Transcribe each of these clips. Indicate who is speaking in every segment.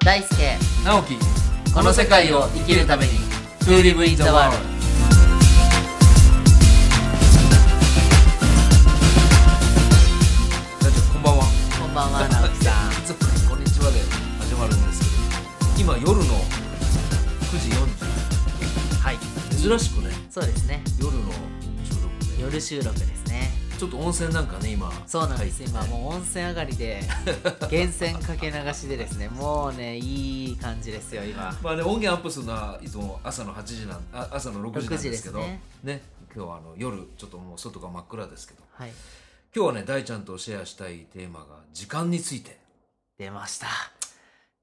Speaker 1: 大輔
Speaker 2: 直樹
Speaker 1: この世界を生きるために
Speaker 2: To live in the world だってこんばんは
Speaker 1: こんば んは直樹さん
Speaker 2: いつもこんにちはで始まるんですけど今夜の9時
Speaker 1: はい
Speaker 2: 40珍しくね
Speaker 1: そうですね
Speaker 2: 夜の収録で
Speaker 1: 夜収録ですね
Speaker 2: ちょっと温泉なんかね今
Speaker 1: そうなんです、
Speaker 2: 入って
Speaker 1: 今もう温泉上がりで源泉かけ流しでですねもうねいい感じですよ今
Speaker 2: まあね、音源アップするのはいつも朝の8時なんあ朝の6時なんですけど
Speaker 1: 6時
Speaker 2: ね
Speaker 1: で
Speaker 2: 今日はあの夜ちょっともう外が真っ暗ですけど
Speaker 1: はい
Speaker 2: 今日はね大ちゃんとシェアしたいテーマが時間について
Speaker 1: 出ました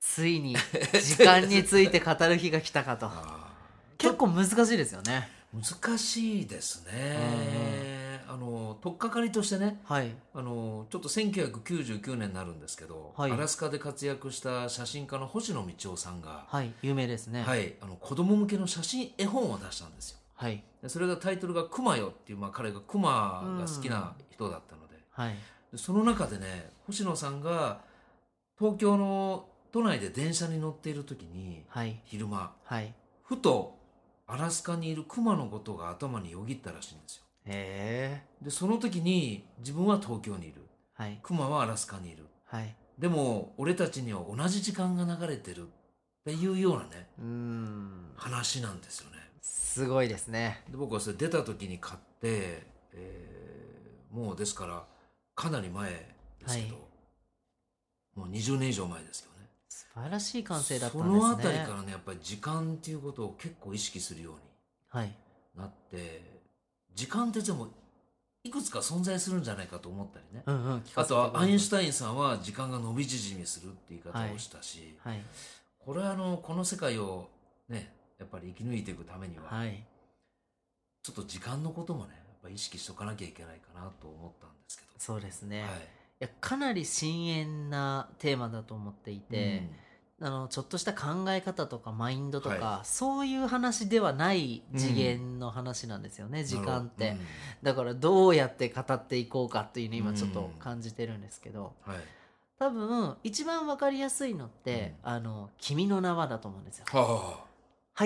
Speaker 1: ついに時間について語る日が来たかと
Speaker 2: あ
Speaker 1: 結構難しいですよね
Speaker 2: ー難しいですね、あの取っかかりとしてね
Speaker 1: はい
Speaker 2: あのちょっと1999年になるんですけど、
Speaker 1: はい
Speaker 2: アラスカで活躍した写真家の星野道夫さんが、
Speaker 1: はい有名ですね
Speaker 2: はいあの子供向けの写真絵本を出したんですよ
Speaker 1: はい
Speaker 2: でそれがタイトルが「クマよ」っていう、まあ、彼がクマが好きな人だったので、
Speaker 1: はい
Speaker 2: でその中でね星野さんが東京の都内で電車に乗っている時に
Speaker 1: はい
Speaker 2: 昼間
Speaker 1: はい
Speaker 2: ふとアラスカにいるクマのことが頭によぎったらしいんですよ
Speaker 1: へえ
Speaker 2: でその時に自分は東京にいる
Speaker 1: はい
Speaker 2: クマはアラスカにいる
Speaker 1: はい
Speaker 2: でも俺たちには同じ時間が流れてるっていうようなね
Speaker 1: うーん
Speaker 2: 話なんですよね
Speaker 1: すごいですね
Speaker 2: で僕はそれ出た時に買って、えーもうですからかなり前ですけど、もう20年以上前ですけどね
Speaker 1: 素晴らしい完成だったん
Speaker 2: そ
Speaker 1: ですね
Speaker 2: のあたりからねやっぱり時間っていうことを結構意識するよう
Speaker 1: はい
Speaker 2: になって時間ってでもいくつか存在するんじゃないかと思ったりね、
Speaker 1: うんうん
Speaker 2: あとはアインシュ
Speaker 1: タ
Speaker 2: タインさんは時間が伸び縮みするって言い方をしたし、
Speaker 1: インはい
Speaker 2: これはあのこの世界をねやっぱり生き抜いていくためには、
Speaker 1: はい
Speaker 2: ちょっと時間のこともねやっぱ意識しとかなきゃいけないかなと思ったんですけど
Speaker 1: そうですね、
Speaker 2: はい
Speaker 1: い、やかなり深遠なテーマだと思っていて、あのちょっとした考え方とかマインドとか、
Speaker 2: は
Speaker 1: そういう話ではない次元の話なんですよね、
Speaker 2: うん
Speaker 1: 時間って、
Speaker 2: なる
Speaker 1: だからどうやって語っていこうかっていうのを今ちょっ
Speaker 2: うん
Speaker 1: と感じてるんですけど、
Speaker 2: ほどうんはい
Speaker 1: 多分一番わかりやすいのって「あの君の名は」だと思うんですよ
Speaker 2: は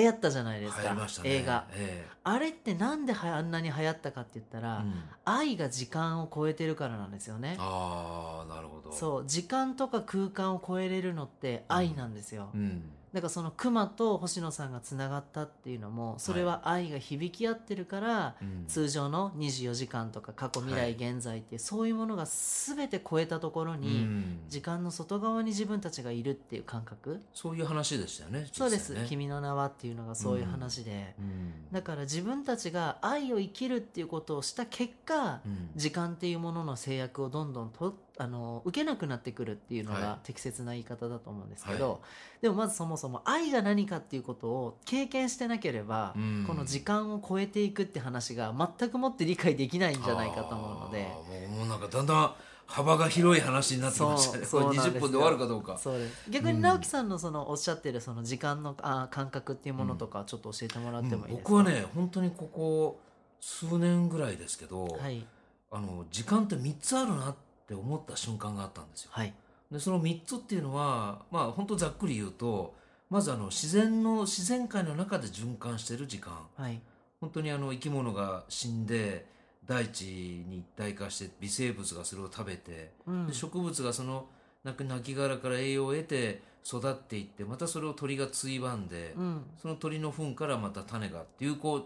Speaker 1: 流行ったじゃない
Speaker 2: あ
Speaker 1: です
Speaker 2: 入
Speaker 1: か、
Speaker 2: りましたね
Speaker 1: 映画
Speaker 2: え
Speaker 1: あれってなんではあんなに流行ったかって言った
Speaker 2: え
Speaker 1: ら、
Speaker 2: うん
Speaker 1: 愛が時間を超えてるからなんですよね
Speaker 2: ああなるほど
Speaker 1: そう時間とか空間を超えれるのって愛なんですよ、
Speaker 2: うん
Speaker 1: だからその熊と星野さんがつながったっていうのもそれは愛が響き合ってるから、
Speaker 2: うん
Speaker 1: 通常の24時間とか過去未
Speaker 2: は
Speaker 1: 来
Speaker 2: い
Speaker 1: 現在っていうそういうものが全て超えたところ
Speaker 2: う
Speaker 1: に
Speaker 2: ん
Speaker 1: 時間の外側に自分たちがいるっていう感覚、
Speaker 2: そういう話でしたよね
Speaker 1: そうです「
Speaker 2: 実際ね
Speaker 1: 君の名は」っていうのがそういう話で、
Speaker 2: うん
Speaker 1: だから自分たちが愛を生きるっていうことをした結果、
Speaker 2: うん
Speaker 1: 時間っていうものの制約をどんどんとあの受けなくなってくるっていうの
Speaker 2: は
Speaker 1: が
Speaker 2: い
Speaker 1: 適切な言い方だと思うんですけど、
Speaker 2: は
Speaker 1: でもまずそもそも愛が何かっていうことを経験してなければ、
Speaker 2: うん
Speaker 1: この時間を超えていくって話が全くもって理解できないんじゃないかと思うので
Speaker 2: あーもうもうなんかだんだん幅が広い話になってきましたね
Speaker 1: そう
Speaker 2: これ
Speaker 1: そうなんですよ
Speaker 2: 20分で終わるかどうか
Speaker 1: そうです逆に直樹さんのそのおっしゃってるその時間のあ感覚っていうものとかちょっと教えてもらってもいいですか、
Speaker 2: 僕はね本当にここ数年ぐらいですけど、
Speaker 1: はい
Speaker 2: あの時間って3つあるなって思った瞬間があったんですよ
Speaker 1: はい
Speaker 2: でその3つっていうのはまあ本当ざっくり言うとまずあの自然の自然界の中で循環してる時間
Speaker 1: はい
Speaker 2: 本当にあの生き物が死んで大地に一体化して微生物がそれを食べて
Speaker 1: うん
Speaker 2: で植物がそのなく亡骸から栄養を得て育っていってまたそれを鳥がついばんで、
Speaker 1: うん、
Speaker 2: その鳥の糞からまた種がっていうこう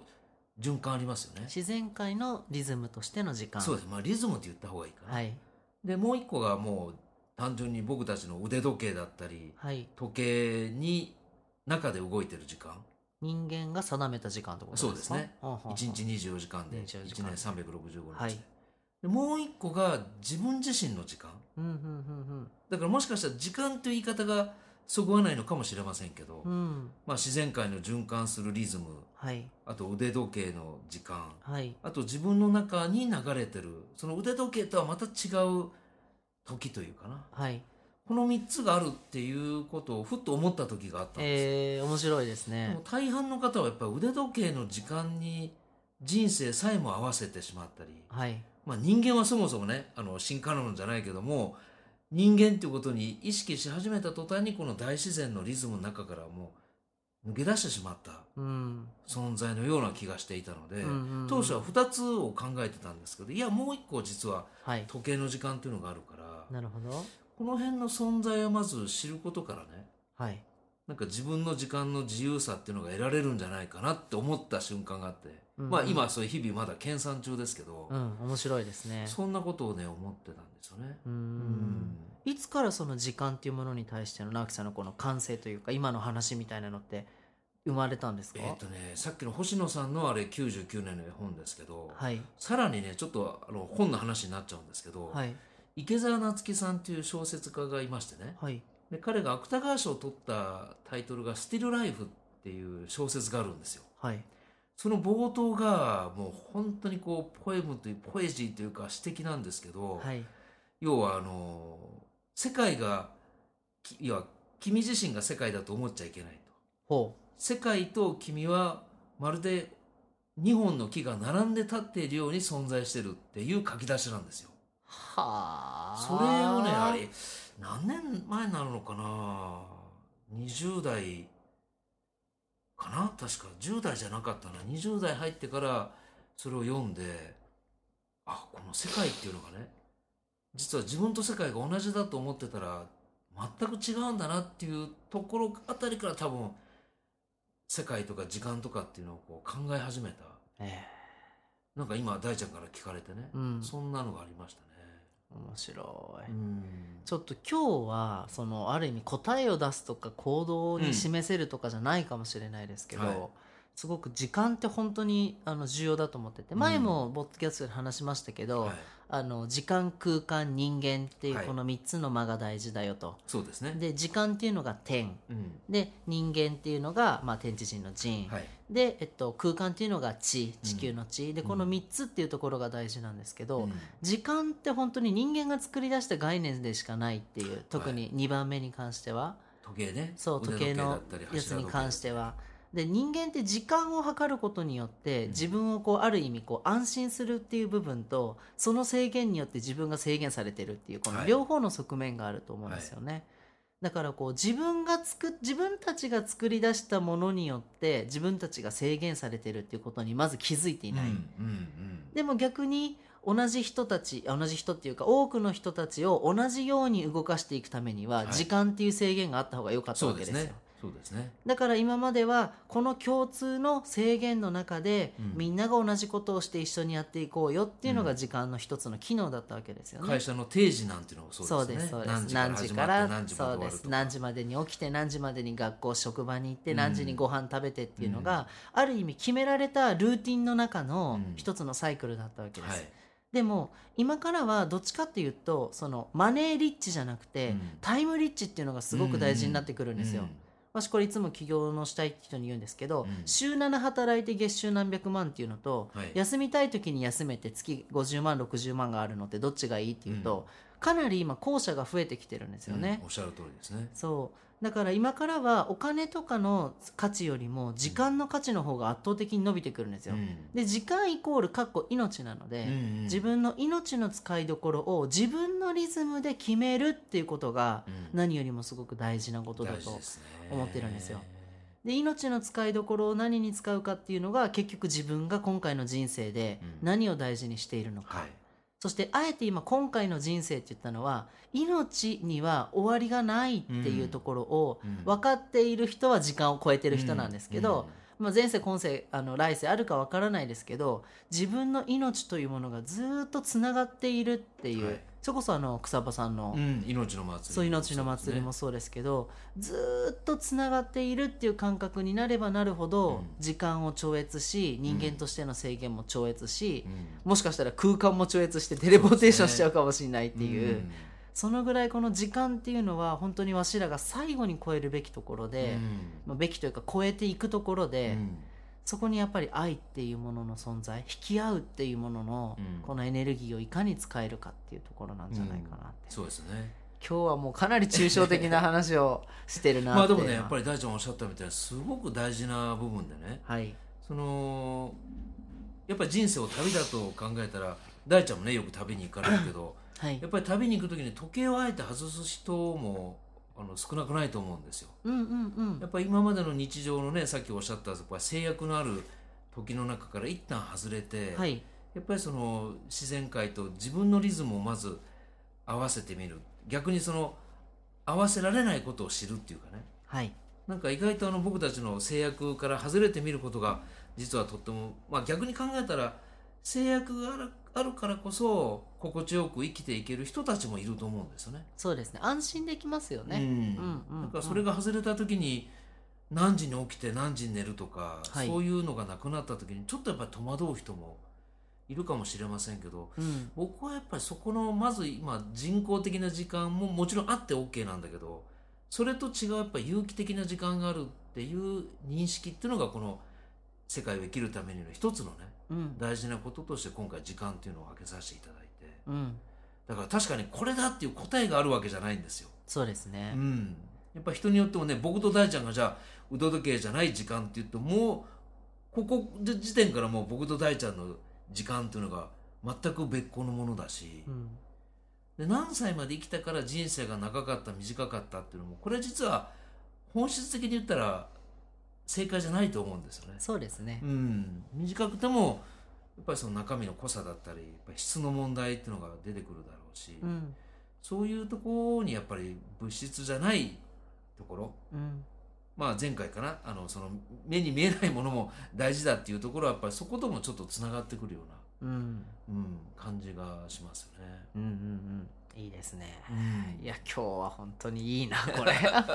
Speaker 2: 循環ありますよね。
Speaker 1: 自然界のリズムとしての時間
Speaker 2: そうです、まあ、リズムって言った方がいいかな。
Speaker 1: はい
Speaker 2: でもう一個がもう単純に僕たちの腕時計だったり
Speaker 1: はい
Speaker 2: 時計に中で動いてる時間
Speaker 1: 人間が定めた時間ってことですか
Speaker 2: そうですね
Speaker 1: ほんほんほん
Speaker 2: 1日24時間で
Speaker 1: 24
Speaker 2: 1
Speaker 1: 時
Speaker 2: 年
Speaker 1: 間
Speaker 2: 365日で,、
Speaker 1: はい
Speaker 2: でもう一個が自分自身の時間
Speaker 1: うんうん
Speaker 2: だからもしかしたら時間という言い方がそぐわないのかもしれませんけど、
Speaker 1: うんうんうん
Speaker 2: まあ、自然界の循環するリズム
Speaker 1: はい
Speaker 2: あと腕時計の時間
Speaker 1: はい
Speaker 2: あと自分の中に流れてるその腕時計とはまた違う時というかな
Speaker 1: はい
Speaker 2: この3つがあるっていうことをふっと思った時があったんですよ、
Speaker 1: えー、面白いです
Speaker 2: で
Speaker 1: ね
Speaker 2: も大半の方はやっぱり腕時計の時間に人生さえも合わせてしまったり、
Speaker 1: はい
Speaker 2: まあ、人間はそもそもねあの進化論じゃないけども人間っていうことに意識し始めた途端にこの大自然のリズムの中からもう抜け出してしまった
Speaker 1: うん
Speaker 2: 存在のような気がしていたので、
Speaker 1: うんうんうん
Speaker 2: 当初は2つを考えてたんですけどいやもう1個実は
Speaker 1: はい
Speaker 2: 時計の時間っていうのがあるから
Speaker 1: なるほど
Speaker 2: この辺の存在をまず知ることからね
Speaker 1: はい
Speaker 2: なんか自分の時間の自由さっていうのが得られるんじゃないかなって思った瞬間があって、
Speaker 1: うんうん
Speaker 2: まあ今そういう日々まだ研鑽中ですけど、
Speaker 1: うん面白いですね
Speaker 2: そんなことをね思ってたんですよね。
Speaker 1: うー
Speaker 2: うん
Speaker 1: んいつからその時間っていうものに対しての直樹さんのこの感性というか今の話みたいなのって生まれたんですか、
Speaker 2: えっとねさっきの星野さんのあれ99年の絵本ですけど、
Speaker 1: はい
Speaker 2: さらにねちょっとあの本の話になっちゃうんですけど、
Speaker 1: はい
Speaker 2: 池澤夏樹さんっていう小説家がいましてね
Speaker 1: はい
Speaker 2: で彼が芥川賞を取ったタイトルが「スティルライフ」っていう小説があるんですよ。
Speaker 1: はい
Speaker 2: その冒頭がもう本当にこうポエムというポエジーというか詩的なんですけど、
Speaker 1: はい
Speaker 2: 要はあの世界がき要は君自身が世界だと思っちゃいけないと
Speaker 1: ほ
Speaker 2: 世界と君はまるで2本の木が並んで立っているように存在してるっていう書き出しなんですよ
Speaker 1: うはあ
Speaker 2: それをねあれ何年前になるのかな20代かな確か10代じゃなかったな20代入ってからそれを読んであこの世界っていうのがね実は自分と世界が同じだと思ってたら全く違うんだなっていうところあたりから多分世界とか時間とかっていうのをこう考え始めた
Speaker 1: え
Speaker 2: なんか今大ちゃんから聞かれて
Speaker 1: え
Speaker 2: ね、
Speaker 1: うん
Speaker 2: そんなのがありましたね。
Speaker 1: 面白い、
Speaker 2: うん
Speaker 1: ちょっと今日はそのある意味答えを出すとか行動に示せるとかじゃないかもしれないですけど、
Speaker 2: うんはい
Speaker 1: すごく時間って本当にあの重要だと思ってて前もボッドキャストで話しましたけど、
Speaker 2: はい、
Speaker 1: あの時間空間人間っていう
Speaker 2: はい
Speaker 1: この3つの間が大事だよと、
Speaker 2: そうですね。
Speaker 1: で時間っていうのが天
Speaker 2: うん
Speaker 1: で人間っていうのが、まあ、天地人の人、
Speaker 2: はい、
Speaker 1: で、えっと、空間っていうのが地地球の地、でこの3つっていうところが大事なんですけど、
Speaker 2: うん
Speaker 1: 時間って本当に人間が作り出した概念でしかないっていう特に2番目に関しては、
Speaker 2: 時計ね
Speaker 1: そう時計のやつに関してては。で人間って時間を計ることによって自分をこうある意味こう安心するっていう部分とその制限によって自分が制限されてるっていうこの
Speaker 2: はい
Speaker 1: 両方の側面があると思うんですよね。だからこう自分がつく自分たちが作り出したものによって自分たちが制限されてるっていうことにまず気づいてい
Speaker 2: い
Speaker 1: ない。
Speaker 2: うんうん
Speaker 1: でも逆に同じ人たち同じ人っていうか多くの人たちを同じように動かしていくためには
Speaker 2: はい
Speaker 1: 時間っていう制限があった方が良かっ
Speaker 2: うん、
Speaker 1: た
Speaker 2: そ
Speaker 1: わ
Speaker 2: う
Speaker 1: け
Speaker 2: で
Speaker 1: ですすよ。
Speaker 2: ねそうですね
Speaker 1: だから今まではこの共通の制限の中で
Speaker 2: うん
Speaker 1: みんなが同じことをして一緒にやっていこうよっていうの
Speaker 2: う
Speaker 1: が
Speaker 2: ん
Speaker 1: 時間の一つの機能だったわけですよね。
Speaker 2: 会社の定時なんていうのも
Speaker 1: そ
Speaker 2: そうう
Speaker 1: で
Speaker 2: ですすね
Speaker 1: そうです
Speaker 2: 何
Speaker 1: 何時
Speaker 2: 時
Speaker 1: か
Speaker 2: から
Speaker 1: ら
Speaker 2: 始まって何時ま
Speaker 1: そう
Speaker 2: で終わ
Speaker 1: で
Speaker 2: る
Speaker 1: す
Speaker 2: とか
Speaker 1: 何時までに起きて何時までに学校職場に行って
Speaker 2: うん
Speaker 1: 何時にご飯食べてっていうのが、ある意味決められたルーティンの中の
Speaker 2: うん
Speaker 1: 一つのサイクルだったわけです、
Speaker 2: はい
Speaker 1: でも今からはどっちかっていうとそのマネーリッチじゃなくて、
Speaker 2: うん
Speaker 1: タイムリッチっていうのがすごく大事になってくるんですよ、
Speaker 2: う
Speaker 1: 私これいつも起業のしたいって人に言うんですけど、
Speaker 2: うん
Speaker 1: 週7働いて月収何百万っていうのと、
Speaker 2: はい
Speaker 1: 休みたい時に休めて月50万60万があるのってどっちがいいっていうと、かなり今後者が増えてきてるんですよね、
Speaker 2: うんおっしゃる通りですね
Speaker 1: そうだから今からはお金とかの価値よりも時間の価値の方が圧倒的に伸びてくるんですよ、
Speaker 2: うん
Speaker 1: で時間イコールかっこ命なので、
Speaker 2: うんうん
Speaker 1: 自分の命の使いどころを自分のリズムで決めるっていうことが
Speaker 2: うん
Speaker 1: 何よりもすごく大事なことだ
Speaker 2: 大事
Speaker 1: と
Speaker 2: ですね
Speaker 1: 思ってるんですよで命の使いどころを何に使うかっていうのが結局自分が今回の人生で
Speaker 2: うん
Speaker 1: 何を大事にしているのか、
Speaker 2: はい
Speaker 1: そしてあえて今今回の人生って言ったのは命には終わりがないっていうところを
Speaker 2: うん
Speaker 1: 分かっている人は時間を超えてる人なんですけど、
Speaker 2: うん
Speaker 1: まあ、前世今世あの来世あるかわからないですけど自分の命というものがずっとつながっているっていう、
Speaker 2: はい
Speaker 1: それこそあの草場さんの、
Speaker 2: うん命の祭り
Speaker 1: そう命の祭りも
Speaker 2: そ
Speaker 1: そうですけどずっとつながっているっていう感覚になればなるほど、
Speaker 2: うん
Speaker 1: 時間を超越し人間としての制限も超越し
Speaker 2: う、ですね
Speaker 1: もしかしたら空間も超越してテレポーテーションしちゃうかもしれないって
Speaker 2: うん
Speaker 1: いう、そのぐらいこの時間っていうのは本当にわしらが最後に超えるべきところ
Speaker 2: う
Speaker 1: で、
Speaker 2: ん
Speaker 1: まあ、べきというか超えていくところで。
Speaker 2: うん
Speaker 1: そこにやっぱり愛っていうものの存在引き合うっていうものの、
Speaker 2: うん
Speaker 1: このエネルギーをいかに使えるかっていうところなんじゃないかなって、
Speaker 2: そうですね
Speaker 1: 今日はもうかなり抽象的な話をしてるな
Speaker 2: ま
Speaker 1: っ
Speaker 2: あ
Speaker 1: て
Speaker 2: で
Speaker 1: いう
Speaker 2: も
Speaker 1: のは
Speaker 2: ねやっぱり大ちゃんおっしゃったみたいにすごく大事な部分でね
Speaker 1: はい
Speaker 2: そのやっぱり人生を旅だと考えたら大ちゃんもねよく旅に行かれるけど
Speaker 1: はい
Speaker 2: やっぱり旅に行く時に時計をあえて外す人もあの少なくないと思うんですよ。
Speaker 1: うんうんうん
Speaker 2: やっぱり今までの日常のねさっきおっしゃったやっぱり制約のある時の中から一旦外れて、
Speaker 1: はい
Speaker 2: やっぱりその自然界と自分のリズムをまず合わせてみる逆にその合わせられないことを知るっていうかね
Speaker 1: はい
Speaker 2: なんか意外とあの僕たちの制約から外れてみることが実はとっても、まあ、逆に考えたら制約があるあるからこそ心地よく生きていける人たちもいると思うんですよね。
Speaker 1: そうですね安心できますよ
Speaker 2: う
Speaker 1: ね、
Speaker 2: ん
Speaker 1: うんうんうん
Speaker 2: なんかそれが外れた時に何時に起きて何時に寝るとか、
Speaker 1: はい
Speaker 2: そういうのがなくなった時にちょっとやっぱり戸惑う人もいるかもしれませんけど
Speaker 1: うん、
Speaker 2: 僕はやっぱりそこのまず今人工的な時間ももちろんあって OK なんだけどそれと違うやっぱり有機的な時間があるっていう認識っていうのがこの世界を生きるためにの一つのね
Speaker 1: うん
Speaker 2: 大事なこととして今回時間っていうのを開けさせていただいて
Speaker 1: うん、
Speaker 2: だから確かにこれだっていう答えがあるわけじゃないんですよ。
Speaker 1: そうですね、
Speaker 2: うん、やっぱ人によってもね僕と大ちゃんがじゃあ腕時計じゃない時間って言うともうここで時点からもう僕と大ちゃんの時間っていうのが全く別個のものだし、
Speaker 1: うん
Speaker 2: で何歳まで生きたから人生が長かった短かったっていうのもこれ実は本質的に言ったら正解じゃないと思うんですよね。
Speaker 1: そうですね
Speaker 2: う、ん、短くてもやっぱりその中身の濃さだったりやっぱり質の問題っていうのが出てくるだろうし。
Speaker 1: うん
Speaker 2: そういうところにやっぱり物質じゃないところ、
Speaker 1: うん、
Speaker 2: まあ、前回かなあのその目に見えないものも大事だっていうところはやっぱりそこともちょっとつながってくるよ
Speaker 1: うんうん
Speaker 2: うな、うん、感じがしますよね。
Speaker 1: うんうんいいですね
Speaker 2: うん
Speaker 1: いや今日は本当にいいなこれ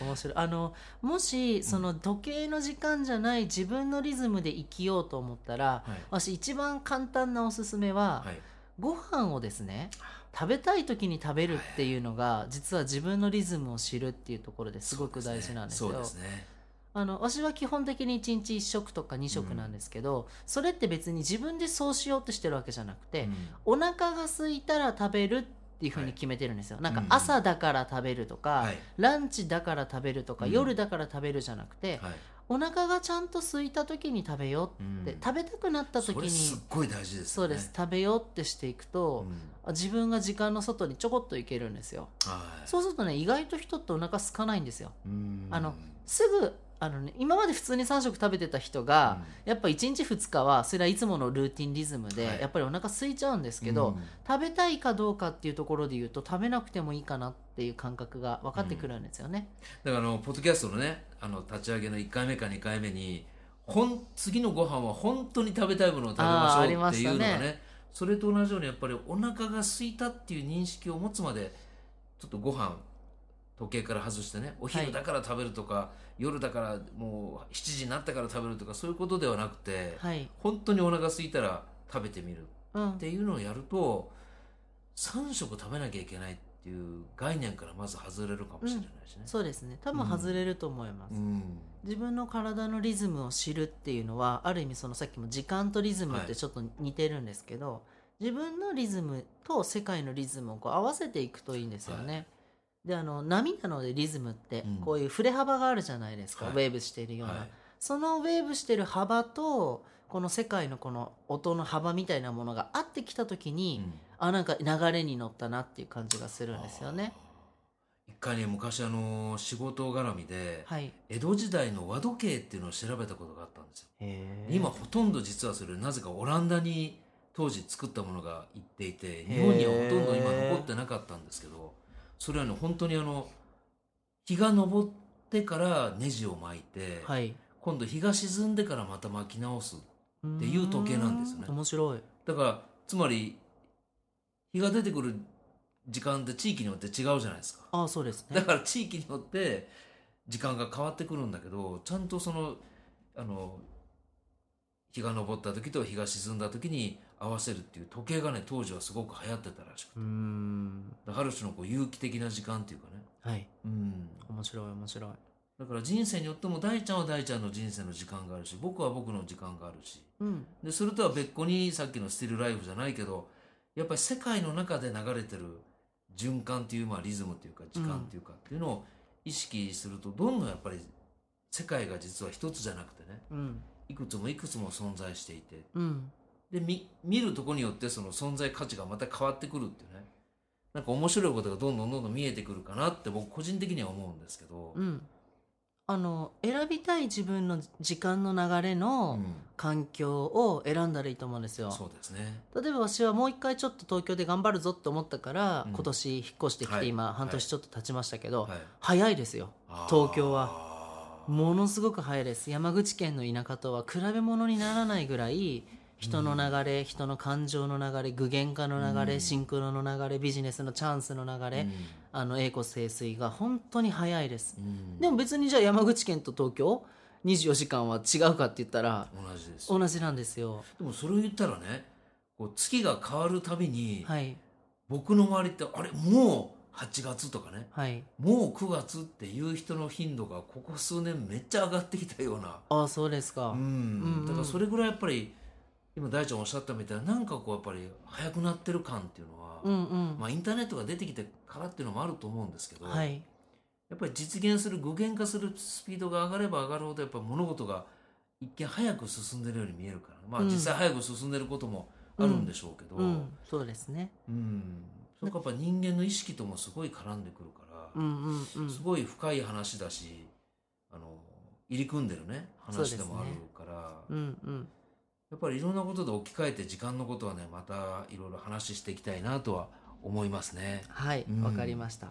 Speaker 1: 面白いあのもしその時計の時間じゃない自分のリズムで生きようと思ったら
Speaker 2: はい
Speaker 1: 私一番簡単なおすすめは、
Speaker 2: はい
Speaker 1: ご飯をですね食べたい時に食べるっていうのが実は自分のリズムを知るっていうところですごく大事なんですよ
Speaker 2: そうですね。
Speaker 1: あの私は基本的に1日1食とか2食なんですけど、それって別に自分でそうしようとしてるわけじゃなくて、お腹が空いたら食べるっていうふうに決めてるんですよ、なんか
Speaker 2: うんうん
Speaker 1: 朝だから食べるとか、
Speaker 2: はい
Speaker 1: ランチだから食べるとか、
Speaker 2: うん
Speaker 1: 夜だから食べるじゃなくて、
Speaker 2: はい
Speaker 1: お腹がちゃんと空いた時に食べよ
Speaker 2: う
Speaker 1: うっ
Speaker 2: ん
Speaker 1: て、食べたくなった時
Speaker 2: そ
Speaker 1: に
Speaker 2: れすっごい大事です
Speaker 1: そう
Speaker 2: よね。
Speaker 1: です食べようってしていくと
Speaker 2: う、ん
Speaker 1: あ自分が時間の外にちょこっと行けるんですよ
Speaker 2: はい
Speaker 1: そうするとね意外と人ってお腹空かないんですよ
Speaker 2: うん
Speaker 1: あのすぐあの、ね、今まで普通に3食食べてた人が、やっぱ1日2日はそれはいつものルーティンリズムで、
Speaker 2: はい
Speaker 1: やっぱりお腹空いちゃうんですけど、
Speaker 2: うん
Speaker 1: 食べたいかどうかっていうところで言うと食べなくてもいいかなっていう感覚が分かってくるんですよね。
Speaker 2: だからあのポッドキャストのねあの立ち上げの1回目か2回目にほん次のご飯は本当に食べたいものを食べ
Speaker 1: あー
Speaker 2: ま
Speaker 1: あ
Speaker 2: し
Speaker 1: り
Speaker 2: ょう
Speaker 1: まし
Speaker 2: っていう
Speaker 1: たね
Speaker 2: のがねそれと同じようにやっぱりお腹が空いたっていう認識を持つまでちょっとご飯時計から外してねお
Speaker 1: は
Speaker 2: 昼
Speaker 1: い
Speaker 2: だから食べるとか、夜だからもう7時になったから食べるとかそういうことではなくて、
Speaker 1: はい、
Speaker 2: 本当にお腹空いたら食べてみる
Speaker 1: う
Speaker 2: っ
Speaker 1: ん
Speaker 2: ていうのをやると3食食べなきゃいけないっていう概念からまず外れるかもしれないしね。
Speaker 1: そうですね多分外れると思います、
Speaker 2: うん
Speaker 1: 自分の体のリズムを知るっていうのはある意味そのさっきも時間とリズムってちょっと似てるんですけど、自分のリズムと世界のリズムをこう合わせていくといいんですよね。であの波なのでリズムって
Speaker 2: うん
Speaker 1: こういう振れ幅があるじゃないですか、
Speaker 2: はい
Speaker 1: ウェーブしているような、
Speaker 2: はい
Speaker 1: そのウェーブしてる幅とこの世界のこの音の幅みたいなものが合ってきた時に、あなんか流れに乗ったなっていう感じがするんですよね。
Speaker 2: 一回ね昔あの仕事絡みで、
Speaker 1: はい、
Speaker 2: 江戸時代の和時計っていうのを調べたことがあったんですよ、今ほとんど実はそれなぜかオランダに当時作ったものが行っていて日本にはほとんど今残ってなかったんですけどそれはね本当にあの日が昇ってからネジを巻いて、
Speaker 1: はい、
Speaker 2: 今度日が沈んでからまた巻き直すっていう時計なんですよね
Speaker 1: うー面白い。
Speaker 2: だからつまり日が出てくる時間って地域によって違うじゃないですか
Speaker 1: あそうですね
Speaker 2: だ。から地域によって時間が変わってくるんだけどちゃんとそのあの日が昇った時と日が沈んだ時に合わせるっていう時計がね当時はすごく流行ってたらしくて
Speaker 1: うーん
Speaker 2: だからある種のこう有機的な時間っていうかね、
Speaker 1: はい
Speaker 2: うん、
Speaker 1: 面白い面白い
Speaker 2: だから人生によっても大ちゃんは大ちゃんの人生の時間があるし僕は僕の時間があるし
Speaker 1: うん
Speaker 2: でそれとは別個にさっきの「スティルライフ」じゃないけどやっぱり世界の中で流れてる循環っていう、まあ、リズムっていうか時間っていうかっていうのを意識するとどんどんやっぱり世界が実は一つじゃなくてね
Speaker 1: うん
Speaker 2: いくつもいくつも存在していて
Speaker 1: うん
Speaker 2: で見見るとこによってその存在価値がまた変わってくるっていうねなんか面白いことがどんどんどんどん見えてくるかなって僕個人的には思うんですけど、
Speaker 1: うん、あの選びたい自分の時間の流れ
Speaker 2: う
Speaker 1: の
Speaker 2: ん
Speaker 1: 環境を選んだらいいと思うんですよ、
Speaker 2: そうですね
Speaker 1: 例えば私はもう一回ちょっと東京で頑張るぞって思ったから、
Speaker 2: うん
Speaker 1: 今年引っ越してき
Speaker 2: は
Speaker 1: て
Speaker 2: い
Speaker 1: 今
Speaker 2: はい
Speaker 1: 半年ちょっと経ちましたけど、
Speaker 2: はい
Speaker 1: 早いですよ
Speaker 2: あー
Speaker 1: 東京ものすごく早いです山口県の田舎とは比べ物にならないぐらい人の流れ、人の感情の流れ具現化の流れ、
Speaker 2: うん
Speaker 1: シンクロの流れビジネスのチャンスの流れ、あの栄枯盛衰が本当に早いです
Speaker 2: うんうん
Speaker 1: でも別にじゃあ山口県と東京24時間は違うかって言ったら
Speaker 2: 同じです
Speaker 1: 同じなんですよ
Speaker 2: でもそれを言ったらねこう月が変わるたびに、
Speaker 1: はい
Speaker 2: 僕の周りってあれもう8月とかね
Speaker 1: はい
Speaker 2: もう9月っていう人の頻度がここ数年めっちゃ上がってきたような
Speaker 1: ああそうですか、
Speaker 2: う
Speaker 1: う
Speaker 2: ん
Speaker 1: ん
Speaker 2: だからそれぐらいやっぱり今大ちゃんおっしゃったみたいななんかこうやっぱり早くなってる感っていうのは、
Speaker 1: うんうん、
Speaker 2: まあ、インターネットが出てきてからっていうのもあると思うんですけど、
Speaker 1: はい
Speaker 2: やっぱり実現する具現化するスピードが上がれば上がるほどやっぱ物事が一見早く進んでるように見えるから、まあ、
Speaker 1: うん
Speaker 2: 実際早く進んでることもあるんでしょうけど、
Speaker 1: うんそうですね
Speaker 2: うんそれかやっぱ人間の意識ともすごい絡んでくるから。
Speaker 1: うんうんうん
Speaker 2: すごい深い話だしあの入り組んでるね
Speaker 1: そうで
Speaker 2: 話
Speaker 1: す
Speaker 2: で
Speaker 1: ね
Speaker 2: もあるから、
Speaker 1: うんうん
Speaker 2: やっぱりいろんなことで置き換えて時間のことはねまたいろいろ話していきたいなとは思いますね。
Speaker 1: はい、
Speaker 2: うん
Speaker 1: わかりました。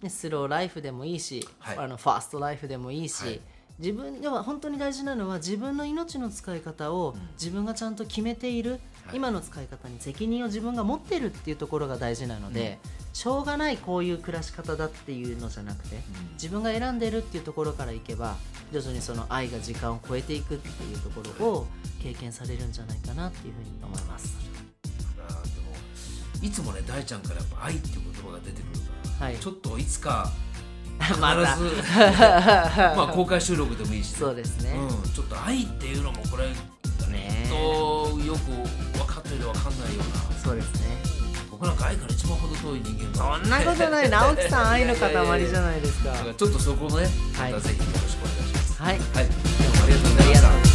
Speaker 1: ねスローライフでもいいし、
Speaker 2: はい
Speaker 1: あのファーストライフでもいいし、
Speaker 2: はい
Speaker 1: 自分では本当に大事なのは自分の命の使い方を
Speaker 2: うん
Speaker 1: 自分がちゃんと決めている、
Speaker 2: はい
Speaker 1: 今の使い方に責任を自分が持ってるっていうところが大事なので、しょうがないこういう暮らし方だっていうのじゃなくて
Speaker 2: うん
Speaker 1: 自分が選んでるっていうところからいけば徐々にその愛が時間を超えていくっていうところを経験されるんじゃないかなっていうふうに思います。
Speaker 2: だからでもいつもね大ちゃんからやっぱ愛っていう言葉が出てくるから、
Speaker 1: はい
Speaker 2: ちょっといつか必 ず、
Speaker 1: また
Speaker 2: まあ公開収録でもいいしね、
Speaker 1: そうですね、
Speaker 2: うん、ちょっと愛っていうのもこれ
Speaker 1: ね
Speaker 2: とよく分かってる分かんないような
Speaker 1: そうですね
Speaker 2: 僕なんか愛から一番ほど遠い人間
Speaker 1: そんなこと ない直樹さん愛の塊じゃ
Speaker 2: い
Speaker 1: ないですか
Speaker 2: ややややだからちょっとそこもね、
Speaker 1: はい
Speaker 2: またぜひよろしくお願いします
Speaker 1: はい
Speaker 2: はい、どうもありがとうご
Speaker 1: あ
Speaker 2: ざい
Speaker 1: りが
Speaker 2: まし
Speaker 1: とう
Speaker 2: た
Speaker 1: ございます